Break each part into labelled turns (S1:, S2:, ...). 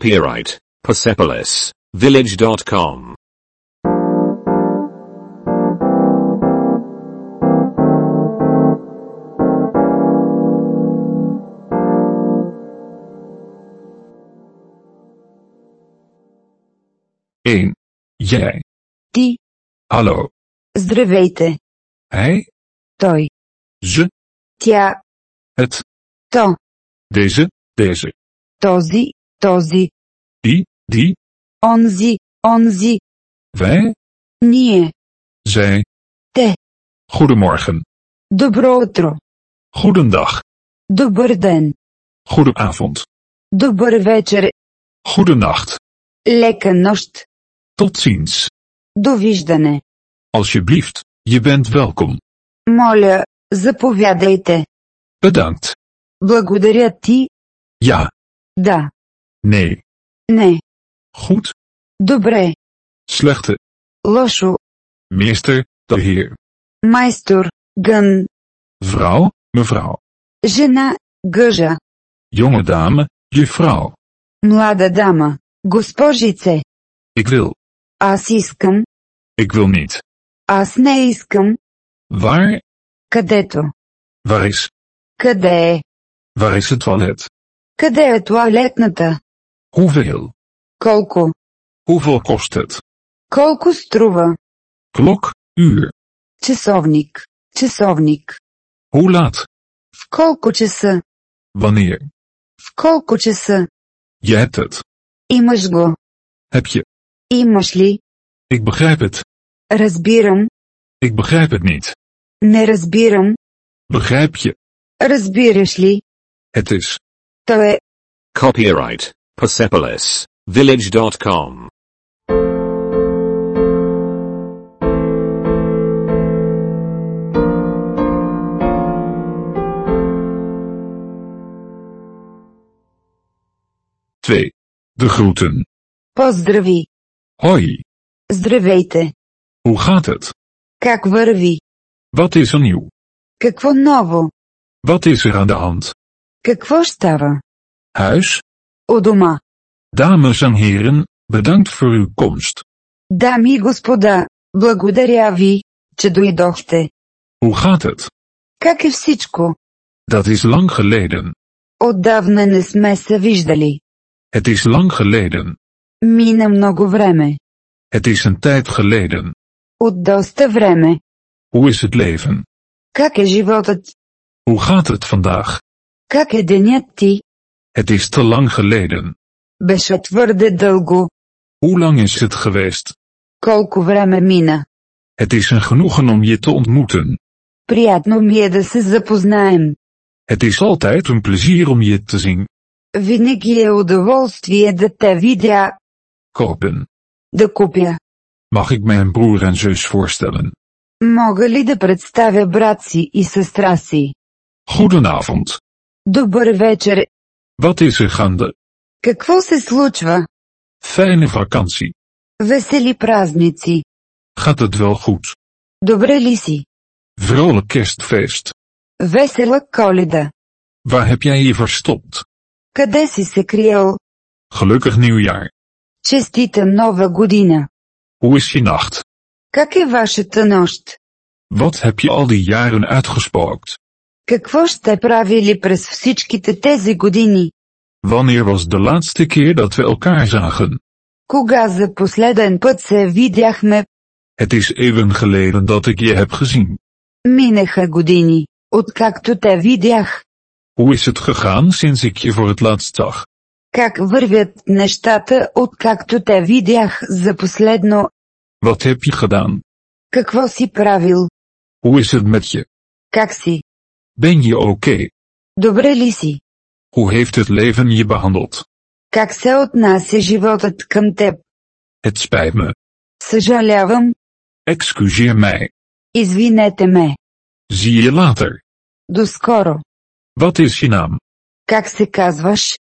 S1: Copyright Persepolis Village.com.
S2: Eén. Jij.
S3: Ти,
S2: Hallo.
S3: здравейте,
S2: Hij.
S3: той,
S2: Ze.
S3: тя,
S2: Het.
S3: то,
S2: Deze. Deze.
S3: този, този,
S2: Die. Die.
S3: онзи, онзи,
S2: Wij.
S3: ние,
S2: Zij.
S3: те,
S2: Goedemorgen.
S3: добро утро,
S2: Goedendag.
S3: добър ден,
S2: Goedenavond.
S3: добър вечер,
S2: Goedenacht.
S3: лека нощ,
S2: Tot ziens.
S3: довиждане,
S2: Alsjeblieft. Je bent welkom.
S3: моля, заповядайте,
S2: Bedankt.
S3: благодаря ти,
S2: Ja.
S3: да,
S2: Nee.
S3: не,
S2: Goed.
S3: добре,
S2: Slechte.
S3: лошо,
S2: Meester. De heer.
S3: майстор, гън,
S2: Vrouw. Mevrouw.
S3: жена, гъжа,
S2: Jonge dame. Juffrouw.
S3: млада дама, госпожице,
S2: Ik wil.
S3: аз искам,
S2: Ik wil niet.
S3: аз не искам,
S2: Waar?
S3: където.
S2: Waar is?
S3: Къде е?
S2: Waar is het toilet?
S3: Къде е туалетната?
S2: Hoeveel?
S3: Колко?
S2: Hoeveel kost het?
S3: Колко струва?
S2: Klok, uur.
S3: Часовник. Часовник.
S2: Hoe laat?
S3: В колко часа?
S2: Wanneer?
S3: В колко часа?
S2: Je hebt het.
S3: Имаш го.
S2: Heb je?
S3: Имаш ли?
S2: Ik begrijp het.
S3: Разбирам.
S2: Ik begrijp het niet.
S3: Не разбирам.
S2: Begrijp je?
S3: Разбираш ли?
S2: Het is.
S3: То е.
S1: Copyright Persepolis Village.com.
S2: Twee. De groeten.
S3: Поздрави.
S2: Hoi.
S3: Здравейте.
S2: Hoe gaat het?
S3: Как върви?
S2: Wat is er nieuw?
S3: Какво ново?
S2: Wat is er aan de hand?
S3: Какво става?
S2: Huis?
S3: У дома.
S2: Dames en heren, bedankt voor uw komst.
S3: Дами и господа, благодаря ви, че дойдохте.
S2: Hoe gaat het?
S3: Как е всичко?
S2: Dat is lang geleden.
S3: Отдавна не сме се виждали.
S2: Het is lang geleden.
S3: Мина много време.
S2: Het is een tijd geleden.
S3: От доста време.
S2: Hoe is het leven?
S3: Как е животът?
S2: Hoe gaat het vandaag?
S3: Как е денят ти?
S2: Het is te lang geleden.
S3: Беше твърде дълго.
S2: Hoe lang is het geweest?
S3: Колко време мина?
S2: Het is een genoegen om je te ontmoeten.
S3: Приятно ми е да се запознаем.
S2: Het is altijd een plezier om je te zien.
S3: Винаги е удоволствие да те видя,
S2: Kopen.
S3: да купя.
S2: Mag ik mijn broer en zus voorstellen?
S3: Мога ли да представя брат си и сестра си?
S2: Goedenavond.
S3: Добър вечер.
S2: Wat is er gaande?
S3: Какво се случва?
S2: Fijne vakantie.
S3: Весели празници.
S2: Gaat het wel goed?
S3: Добре ли си?
S2: Vrolijk kerstfeest.
S3: Весела коледа.
S2: Waar heb jij je verstopt?
S3: Къде си се криел?
S2: Gelukkig nieuwjaar.
S3: Честита нова година!
S2: Hoe is je nacht?
S3: Как е вашата нощ?
S2: Wat heb je al die jaren uitgespookt?
S3: Какво сте правили през всичките тези години?
S2: Wanneer was de laatste keer dat we elkaar zagen?
S3: Кога за последен път се видяхме?
S2: Het is eeuwen geleden dat ik je heb gezien.
S3: Минаха години, откакто те видях.
S2: Hoe is het gegaan sinds ik je voor het laatst zag?
S3: Как вървят нещата, откакто те видях за последно?
S2: Wat heb je gedaan?
S3: Какво си правил?
S2: Hoe is het met je?
S3: Как си?
S2: Ben je oké?
S3: Добре ли си?
S2: Hoe heeft het leven je behandeld?
S3: Как се отнася животът към теб?
S2: Het spijt me.
S3: Съжалявам,
S2: Excuseer mij.
S3: извинете ме.
S2: Zie je later.
S3: Доскоро.
S2: Wat is je naam?
S3: Как се казваш?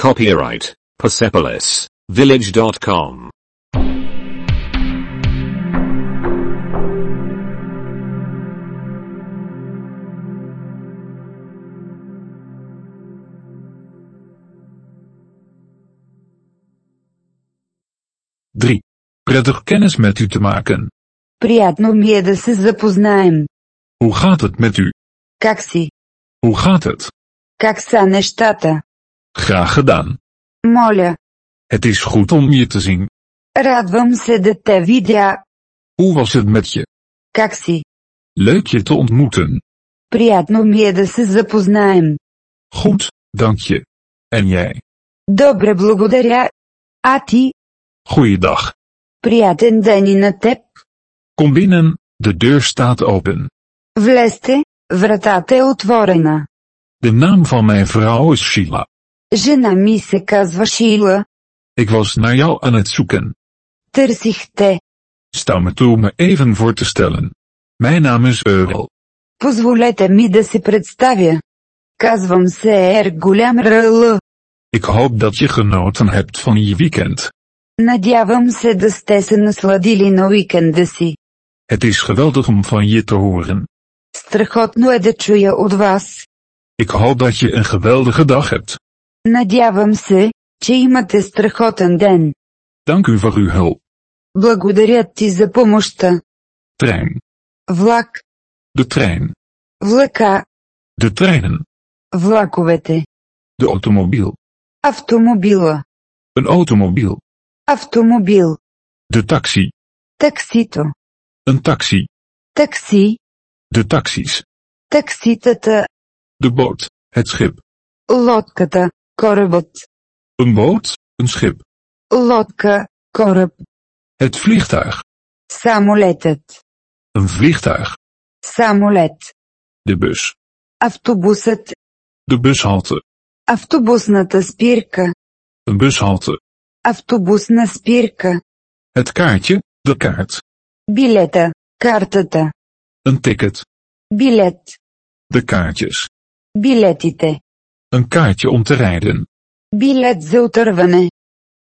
S1: Copyright Persepolis Village.com.
S2: 3. Prettig kennis met u te maken.
S3: Приятно ми е да се запознаем.
S2: Hoe gaat het met u?
S3: Как си?
S2: Hoe gaat het?
S3: Как са нещата?
S2: Graag gedaan.
S3: Моля.
S2: Het is goed om je te zien.
S3: Радвам се да те видя.
S2: Hoe was het met je?
S3: Как си?
S2: Leuk je te ontmoeten.
S3: Приятно ми е да се запознаем.
S2: Goed, dank je. En jij?
S3: Добре, благодаря. А ти?
S2: Goeiedag.
S3: Приятен ден и на теб.
S2: Kom binnen, de deur staat open.
S3: Влезте, вратата е отворена.
S2: De naam van mijn vrouw is Sheila.
S3: Жена ми се казва Шила.
S2: Ik was naar jou aan het zoeken.
S3: Търсих те.
S2: Sta me toe me even voor te stellen. Mijn naam is Earl.
S3: Позволете ми да се представя. Казвам се Ер Голям РЛ.
S2: Ik hoop dat je genoten hebt van je weekend.
S3: Надявам се да сте се насладили на уикенда си.
S2: Het is geweldig om van je te horen.
S3: Страхотно е да чуя от вас.
S2: Ik hoop dat je een geweldige dag hebt.
S3: Надявам се, че имате страхотен ден.
S2: Dank u voor uw hulp.
S3: Благодаря ти за помощта.
S2: Trein.
S3: Влак,
S2: De trein.
S3: влака,
S2: De treinen.
S3: влаковете,
S2: De automobiel.
S3: автомобила,
S2: Een automobiel.
S3: автомобил,
S2: De taxi.
S3: таксито,
S2: Een taxi.
S3: такси,
S2: De taxis.
S3: такситата,
S2: De boot. Het schip.
S3: лодката, корабът,
S2: Een boot. Een schip.
S3: лодка, кораб,
S2: Het vliegtuig.
S3: самолетът,
S2: Een vliegtuig.
S3: самолет,
S2: De bus.
S3: автобусът,
S2: De bushalte.
S3: автобусната спирка,
S2: Een bushalte.
S3: автобусна спирка,
S2: Het kaartje. De kaart.
S3: билета, картата,
S2: Een ticket.
S3: билет,
S2: De kaartjes.
S3: билетите,
S2: Een kaartje om te rijden.
S3: билет за отърване,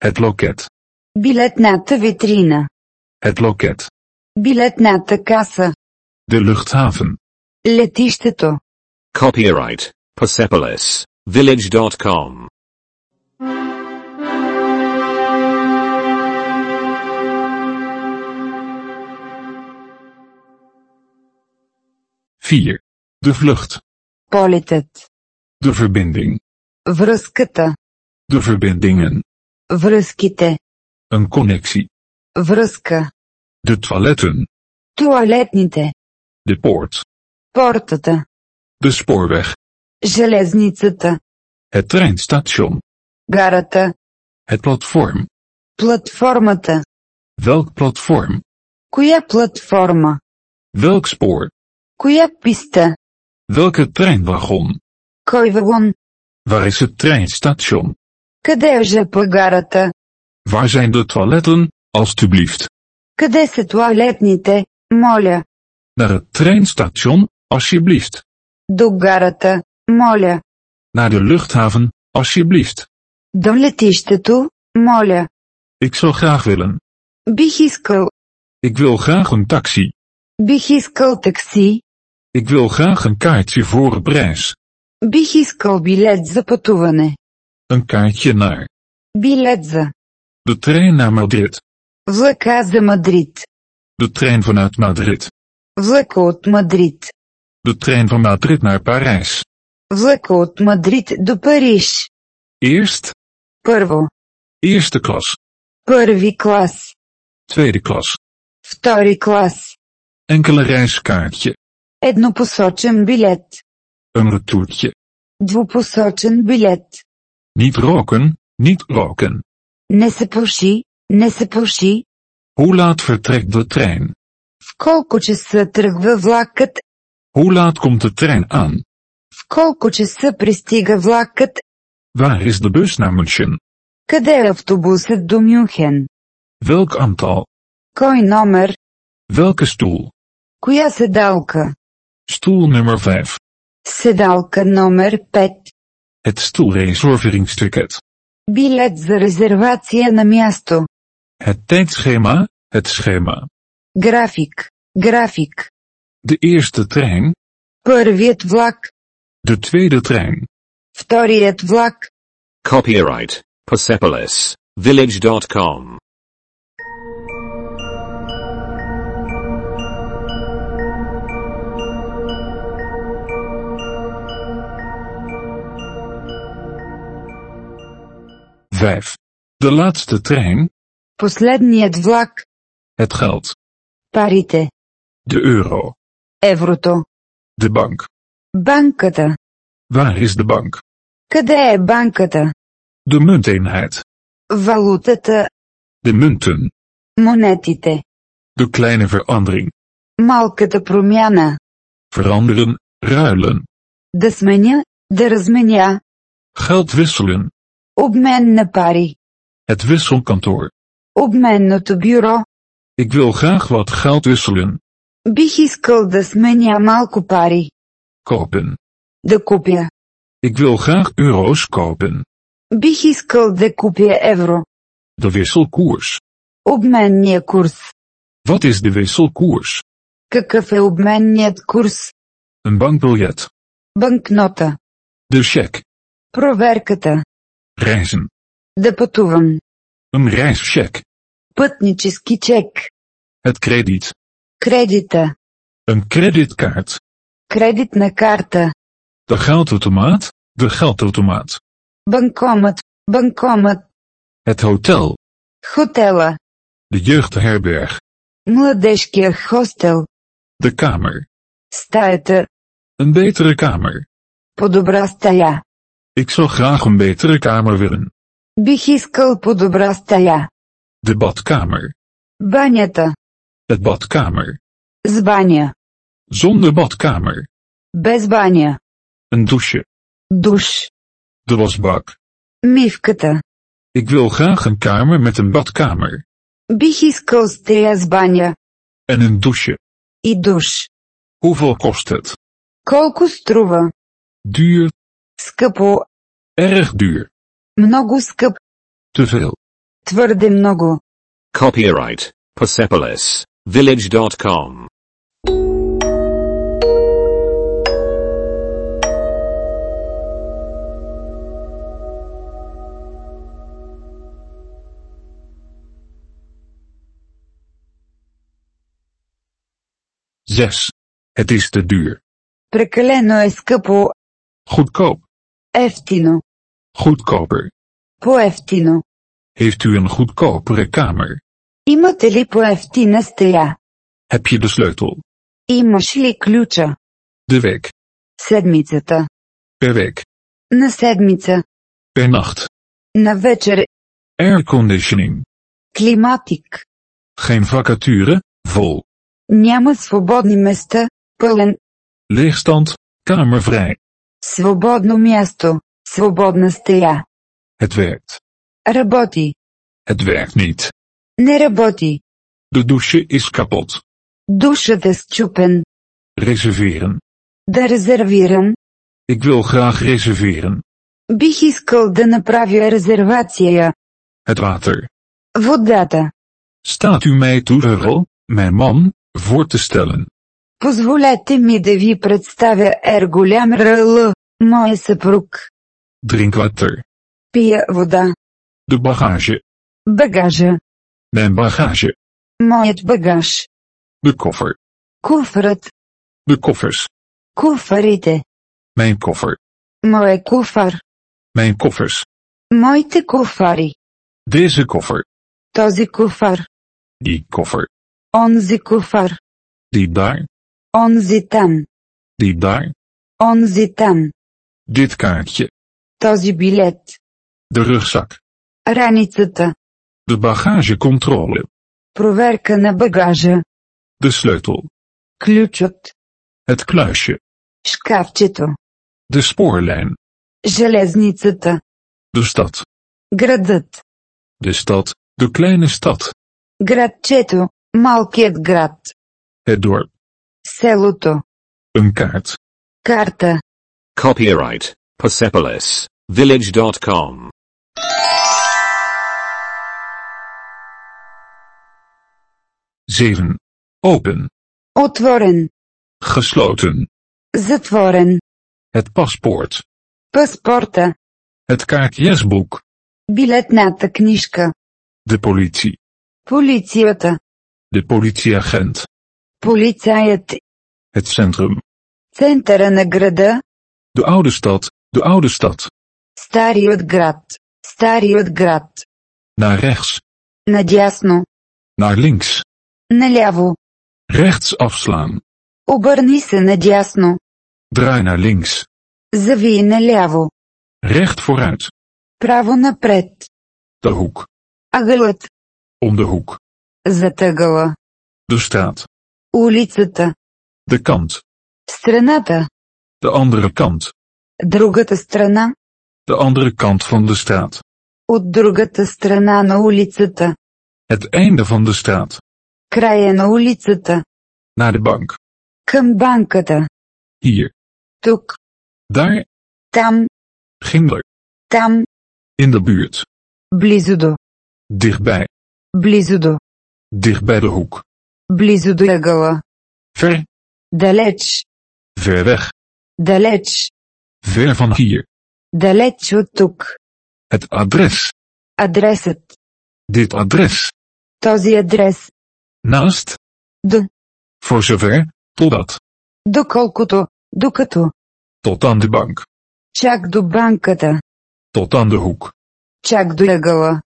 S2: Het loket.
S3: билетната витрина,
S2: Het loket.
S3: билетната каса,
S2: De luchthaven.
S3: летището.
S1: Copyright Persepolis Village.com.
S2: Vier. De vlucht.
S3: полетът,
S2: De verbinding.
S3: връзката,
S2: De verbindingen.
S3: връзките,
S2: Een connectie.
S3: връзка,
S2: De toiletten.
S3: туалетните,
S2: De poort.
S3: портата,
S2: De spoorweg.
S3: железницата,
S2: Het treinstation.
S3: гарата,
S2: Het platform.
S3: платформата,
S2: Welk platform?
S3: коя платформа,
S2: Welk spoor?
S3: коя писта,
S2: Welke treinwagon?
S3: кой вагон,
S2: Waar is het treinstation?
S3: къде е жп гарата,
S2: Waar zijn de toiletten, alstublieft?
S3: къде са туалетните, моля,
S2: Naar het treinstation, alsjeblieft.
S3: до гарата, моля,
S2: Naar de luchthaven, alsjeblieft.
S3: до летището, моля,
S2: Ik zou graag willen.
S3: бих искал,
S2: Ik wil graag een taxi.
S3: бих искал такси,
S2: Ik wil graag een kaartje voor een prijs.
S3: бих искал билет за пътуване,
S2: Een kaartje naar
S3: билет за
S2: de trein naar Madrid.
S3: Влака за Мадрид.
S2: De trein vanuit Madrid.
S3: Влака от Мадрид.
S2: De trein van Madrid naar Parijs.
S3: Влака от Мадрид до Париж.
S2: Eerst,
S3: Първо.
S2: eerste klas,
S3: Първи клас.
S2: tweede klas.
S3: Втори клас.
S2: Enkele reiskaartje,
S3: Еднопосочен билет.
S2: een retourtje.
S3: Двупосочен билет.
S2: Niet roken, niet roken.
S3: Не се пуши, не се пуши.
S2: Hoe laat vertrekt de trein?
S3: В колко часа тръгва влакът?
S2: Hoe laat komt de trein aan?
S3: В колко часа пристига влакът?
S2: Waar is de bus naar München?
S3: Къде е автобусът до Мюнхен?
S2: Welk aantal?
S3: Кой номер?
S2: Welke stoel?
S3: Коя седалка?
S2: Stoel nummer 5.
S3: Седалка номер 5.
S2: Het stoelreserveringsticket.
S3: Билет за резервация на място.
S2: Het tijdschema, het schema.
S3: График. График.
S2: De eerste trein,
S3: Първият влак.
S2: de tweede trein.
S3: Вторият влак.
S1: Copyright Persepolis Village.com.
S2: 5. De laatste trein,
S3: Последният влак.
S2: het geld,
S3: Парите.
S2: de euro,
S3: Еврото.
S2: de bank.
S3: Банката.
S2: Waar is de bank?
S3: Къде е банката?
S2: De munteenheid,
S3: Валутата.
S2: de munten,
S3: Монетите.
S2: de kleine verandering,
S3: Малката промяна.
S2: veranderen, ruilen,
S3: Да сменя. Да разменя.
S2: geld wisselen,
S3: Обмен на пари.
S2: het wisselkantoor.
S3: Обменното бюро.
S2: Ik wil graag wat geld wisselen,
S3: Бих искал да сменя малко пари.
S2: kopen.
S3: Да купя.
S2: Ik wil graag euro's kopen.
S3: Бих искал да купя евро.
S2: De wisselkoers.
S3: Обменния курс.
S2: Wat is de wisselkoers?
S3: Какъв е обменният курс?
S2: Een bankbiljet,
S3: Банкнота.
S2: de cheque,
S3: Проверката.
S2: reizen,
S3: Да пътувам.
S2: een reischeque,
S3: Пътнически чек.
S2: het krediet,
S3: Кредита.
S2: een creditkaart,
S3: Кредитна карта.
S2: de geldautomaat, de geldautomaat,
S3: Банкомат. Банкомат.
S2: het hotel,
S3: Хотела.
S2: de jeugdherberg,
S3: Младежкия хостел.
S2: de kamer,
S3: Стаята.
S2: een betere kamer.
S3: По-добра стая.
S2: Ik zou graag een betere kamer willen.
S3: Бих искал по-добра стая.
S2: De badkamer,
S3: Банята.
S2: het badkamer,
S3: С баня.
S2: zonder badkamer,
S3: Без баня.
S2: een douche,
S3: Душ.
S2: de wasbak.
S3: Мивката.
S2: Ik wil graag een kamer met een badkamer
S3: Бих искал стея с баня.
S2: en een douche.
S3: И душ.
S2: Hoeveel kost het?
S3: Колко струва?
S2: Duur,
S3: Скъпо.
S2: erg duur,
S3: Много скъп.
S2: te veel.
S3: Твърде много.
S1: Copyright Persepolis Village.com.
S2: Zes. Het is te duur.
S3: Прекалено е скъпо.
S2: Goedkoop,
S3: Ефтино.
S2: goedkoper.
S3: По-ефтино.
S2: Heeft u een goedkopere kamer?
S3: Имате ли по-ефтина стея?
S2: Heb je de sleutel?
S3: Имаш ли ключа?
S2: De week,
S3: Седмицата.
S2: per week,
S3: На седмица.
S2: per nacht.
S3: На вечер.
S2: Airconditioning.
S3: Климатик.
S2: Geen vacature, vol.
S3: Няма свободни места. Пълен.
S2: Leegstand, kamervrij.
S3: Свободно място. Свободна стея.
S2: Het werkt.
S3: Работи.
S2: Het werkt niet.
S3: Не работи.
S2: De douche is kapot.
S3: Душът е счупен.
S2: Reserveren.
S3: Да резервирам.
S2: Ik wil graag reserveren.
S3: Бих искал да направя резервация.
S2: Het water.
S3: Водата.
S2: Staat u mij toe, Earl, mijn man, voor te stellen?
S3: Позволете ми да ви представя Ер Голям Ръл, моя съпруг.
S2: Drinkwater.
S3: Пия вода.
S2: De bagage.
S3: Багажа.
S2: Mijn bagage.
S3: Моят багаж.
S2: De koffer.
S3: Куфърът.
S2: De koffers.
S3: Куфарите.
S2: Mijn koffer.
S3: Моя куфар.
S2: Mijn koffers.
S3: Моите куфари.
S2: Deze koffer.
S3: Този куфар.
S2: Die koffer.
S3: Онзи куфар.
S2: Die daar.
S3: Онзи там.
S2: Die daar.
S3: Онзи там.
S2: Dit kaartje.
S3: Този билет.
S2: De rugzak.
S3: Раницата.
S2: De bagagecontrole.
S3: Проверка на багажа.
S2: De sleutel.
S3: Ключът.
S2: Het kluisje.
S3: Шкафчето.
S2: De spoorlijn.
S3: Железницата.
S2: De stad.
S3: Градът.
S2: De stad. De kleine stad.
S3: Градчето. Малкият град.
S2: Het dorp.
S3: Селото.
S2: Een kaart.
S3: Карта.
S1: Copyright Persepolis Village.com.
S2: Zeven. Open.
S3: Отворен.
S2: Gesloten.
S3: Затворен.
S2: Het paspoort.
S3: Паспорта.
S2: Het kaartjesboek.
S3: Билетната книжка.
S2: De politie.
S3: Полицията.
S2: De politieagent.
S3: Полицаят.
S2: Het centrum.
S3: Центъра на града.
S2: De oude stad. De oude stad.
S3: Старият град. старият град.
S2: Naar rechts.
S3: Надясно.
S2: Naar links.
S3: Наляво.
S2: Rechts afslaan.
S3: Обърни се надясно.
S2: Draai naar links.
S3: Завий наляво.
S2: Recht vooruit.
S3: Право напред.
S2: De hoek.
S3: Агълът.
S2: Om de hoek.
S3: Затъгъла.
S2: De straat.
S3: Улицата.
S2: De kant.
S3: Страната.
S2: De andere kant.
S3: Другата страна.
S2: De andere kant van de straat.
S3: От другата страна на улицата.
S2: Het einde van de straat.
S3: Края на улицата.
S2: Naar de bank.
S3: Към банката.
S2: Hier.
S3: Тук.
S2: Daar.
S3: Там.
S2: Ginder.
S3: Там.
S2: In de buurt.
S3: Близо до.
S2: Dichtbij.
S3: Близо до.
S2: Dicht bij de hoek.
S3: Близо до ъгъла.
S2: Ver.
S3: Далеч.
S2: Ver weg.
S3: Далеч.
S2: Ver van hier.
S3: Далеч от тук.
S2: Het adres.
S3: Адресът.
S2: Dit adres.
S3: Този адрес.
S2: Naast.
S3: До.
S2: Voor zover. Totdat.
S3: Доколкото. Докато.
S2: Tot aan de bank.
S3: Чак до банката.
S2: Tot aan de hoek.
S3: Чак до ъгъла.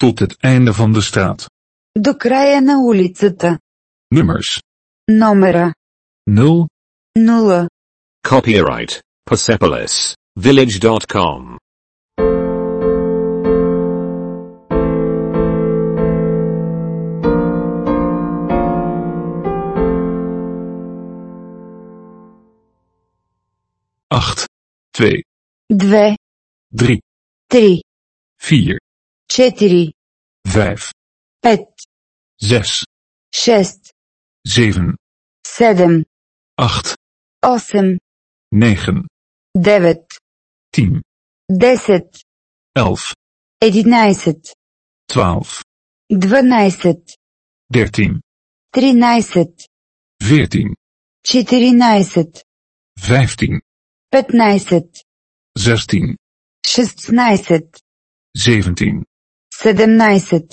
S2: Tot het einde van de straat.
S3: До края на улицата.
S2: Nummers.
S3: Номера.
S2: 0.
S3: 0.
S1: Copyright Persepolis Village.com.
S2: acht, twee,
S3: 2.
S2: drie,
S3: 3.
S2: vier,
S3: 4.
S2: vijf,
S3: 5.
S2: zes,
S3: 6.
S2: zeven,
S3: 7.
S2: acht,
S3: 8.
S2: negen,
S3: 9.
S2: tien,
S3: 10.
S2: elf,
S3: 11.
S2: twaalf,
S3: 12.
S2: dertien,
S3: 13.
S2: veertien,
S3: 14.
S2: vijftien,
S3: 15.
S2: zestien,
S3: 16.
S2: zeventien,
S3: 17.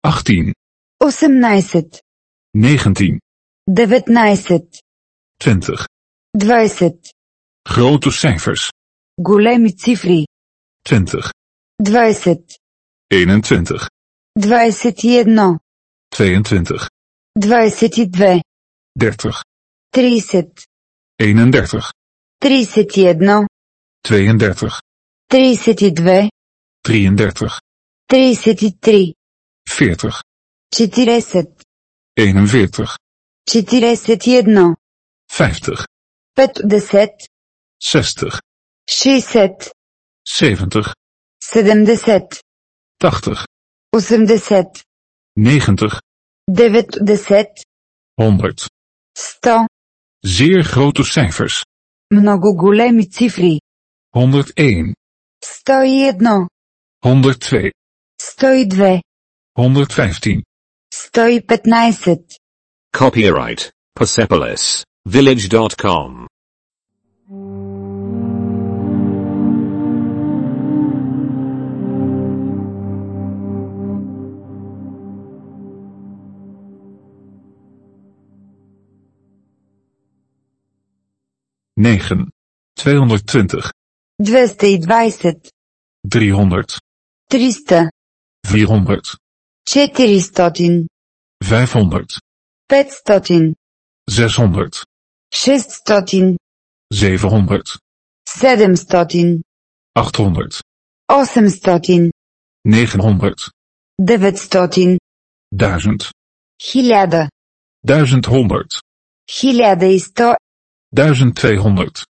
S2: achttien,
S3: 18.
S2: negentien,
S3: 19.
S2: twintig.
S3: 20.
S2: Grote cijfers.
S3: Големи цифри.
S2: Twintig,
S3: 20.
S2: eenentwintig,
S3: 21.
S2: tweeëntwintig,
S3: 22.
S2: dertig,
S3: 30.
S2: eenendertig,
S3: 31.
S2: tweeëndertig,
S3: 32.
S2: drieëndertig,
S3: 33.
S2: veertig,
S3: 40.
S2: eenenveertig,
S3: 41.
S2: vijftig,
S3: 50.
S2: zestig,
S3: 60.
S2: zeventig,
S3: 70.
S2: 80,
S3: 80.
S2: 90,
S3: 90.
S2: 100.
S3: 100.
S2: Zeer grote cijfers.
S3: Много големи цифри.
S2: 101,
S3: 101.
S2: 102,
S3: 102.
S2: 115.
S3: 115.
S1: Copyright Persepolis Village.com.
S2: negen, 220,
S3: 220.
S2: 300,
S3: 300.
S2: 400,
S3: 400.
S2: 500,
S3: 500.
S2: 600,
S3: 600.
S2: 700,
S3: 700.
S2: 800,
S3: 800.
S2: 900,
S3: 900.
S2: 1000,
S3: 1000.
S2: 1100,
S3: 1100.
S2: 1200,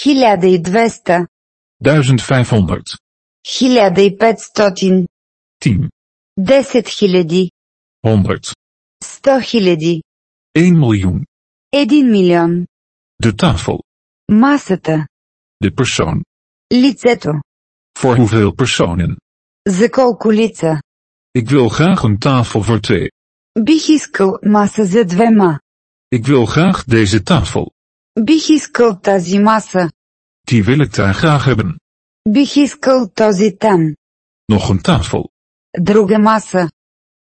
S3: 1200.
S2: 1500,
S3: 1500.
S2: 10,
S3: 10 хиляди.
S2: 100,
S3: 100 хиляди.
S2: 1 miljoen.
S3: 1 милион.
S2: De tafel,
S3: Масата.
S2: de persoon.
S3: Лицето.
S2: Voor hoeveel personen?
S3: За колко лица?
S2: Ik wil graag een tafel voor twee.
S3: Бих искал маса за двема.
S2: Ik wil graag deze tafel.
S3: Бих искал тази маса.
S2: Die wil ik daar graag hebben.
S3: Бих искал този там.
S2: Nog een tafel.
S3: Друга маса.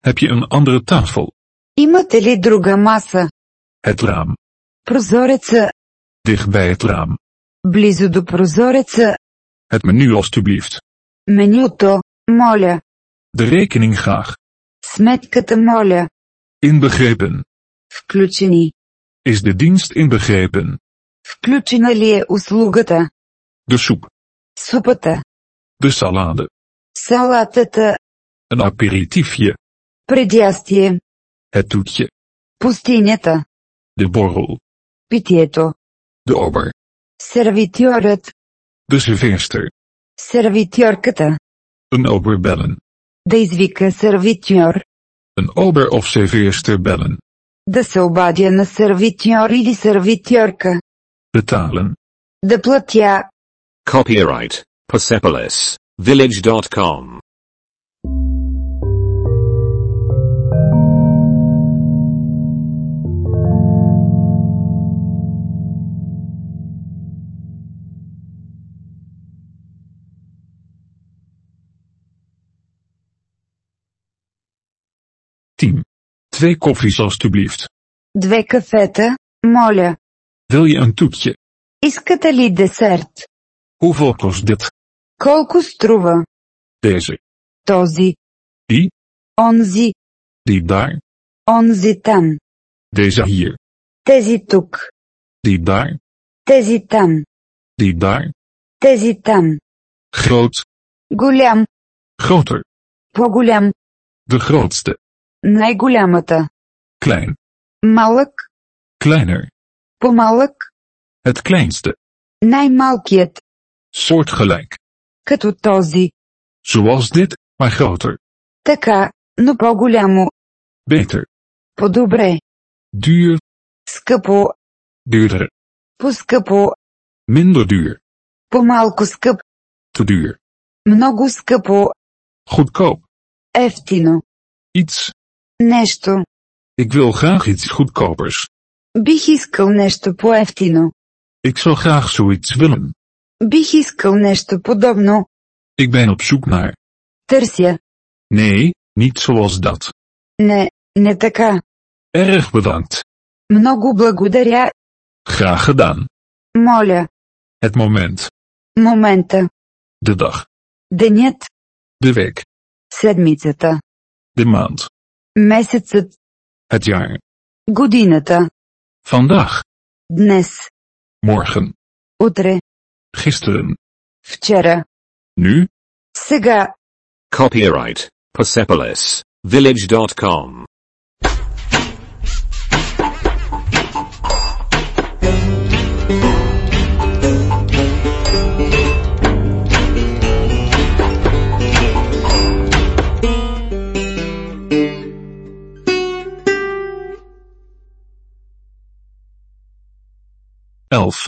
S2: Heb je een andere tafel?
S3: Имате ли друга маса?
S2: Het raam.
S3: Прозореца.
S2: Dicht bij het raam.
S3: Близо до прозореца.
S2: Het menu alstublieft.
S3: Менюто. Моля.
S2: De rekening graag.
S3: Сметката моля.
S2: Inbegrepen.
S3: Включени.
S2: Is de dienst inbegrepen?
S3: Включена ли е услугата?
S2: De soep.
S3: Супата.
S2: De salade.
S3: Салатата.
S2: Een aperitiefje.
S3: Предястие.
S2: Het toetje.
S3: Пустинята.
S2: De borrel.
S3: Питието.
S2: De ober.
S3: Сервитьорът.
S2: De serveerster.
S3: Сервитьорката.
S2: Een ober bellen.
S3: Да извика сервитьор.
S2: Een ober of serveerster bellen.
S3: Да се обадя на сервитьор или сервитьорка.
S2: Betalen.
S3: Да платя.
S1: Copyright Persepolis Village.com.
S2: Team. Twee koffies alstublieft.
S3: Две кафета. Моля.
S2: Wil je een toetje?
S3: Искате ли десерт?
S2: Hoeveel kost dit?
S3: Колко струва?
S2: Deze.
S3: Този.
S2: Die?
S3: Онзи.
S2: Die daar.
S3: Онзи там.
S2: Deze hier.
S3: Тези тук.
S2: Die daar.
S3: Тези там.
S2: Die daar.
S3: Тези там.
S2: Groot.
S3: Голям.
S2: Groter.
S3: По-голям.
S2: De grootste.
S3: Най-голямата.
S2: Klein.
S3: Малък.
S2: Kleiner.
S3: По-малък.
S2: Het kleinste.
S3: Най-малкият.
S2: Soortgelijk.
S3: Като този.
S2: Zoals dit, maar groter.
S3: Така, но по-голямо.
S2: Beter.
S3: По-добре.
S2: Duur.
S3: Скъпо.
S2: Duurder.
S3: По-скъпо.
S2: Minder duur.
S3: По-малко скъп.
S2: Te duur.
S3: Много скъпо.
S2: Goedkoop.
S3: Ефтино.
S2: Iets.
S3: Нещо.
S2: Ik wil graag iets goedkopers.
S3: Бих искал нещо по-ефтино.
S2: Ik zou graag zoiets willen.
S3: Бих искал нещо подобно.
S2: Ik ben op zoek naar.
S3: Търся.
S2: Nee, niet zoals dat.
S3: Не, не така.
S2: Erg bedankt.
S3: Много благодаря.
S2: Graag gedaan.
S3: Моля.
S2: Het moment.
S3: Момента.
S2: De dag.
S3: Денят.
S2: De week.
S3: Седмицата.
S2: De maand.
S3: Месецът.
S2: Het jaar.
S3: Годината.
S2: Vandaag.
S3: Днес.
S2: Morgen.
S3: Утре.
S2: Gisteren.
S3: Вчера.
S2: Nu.
S3: Сега.
S1: Copyright Persepolis Village.com.
S2: Elf.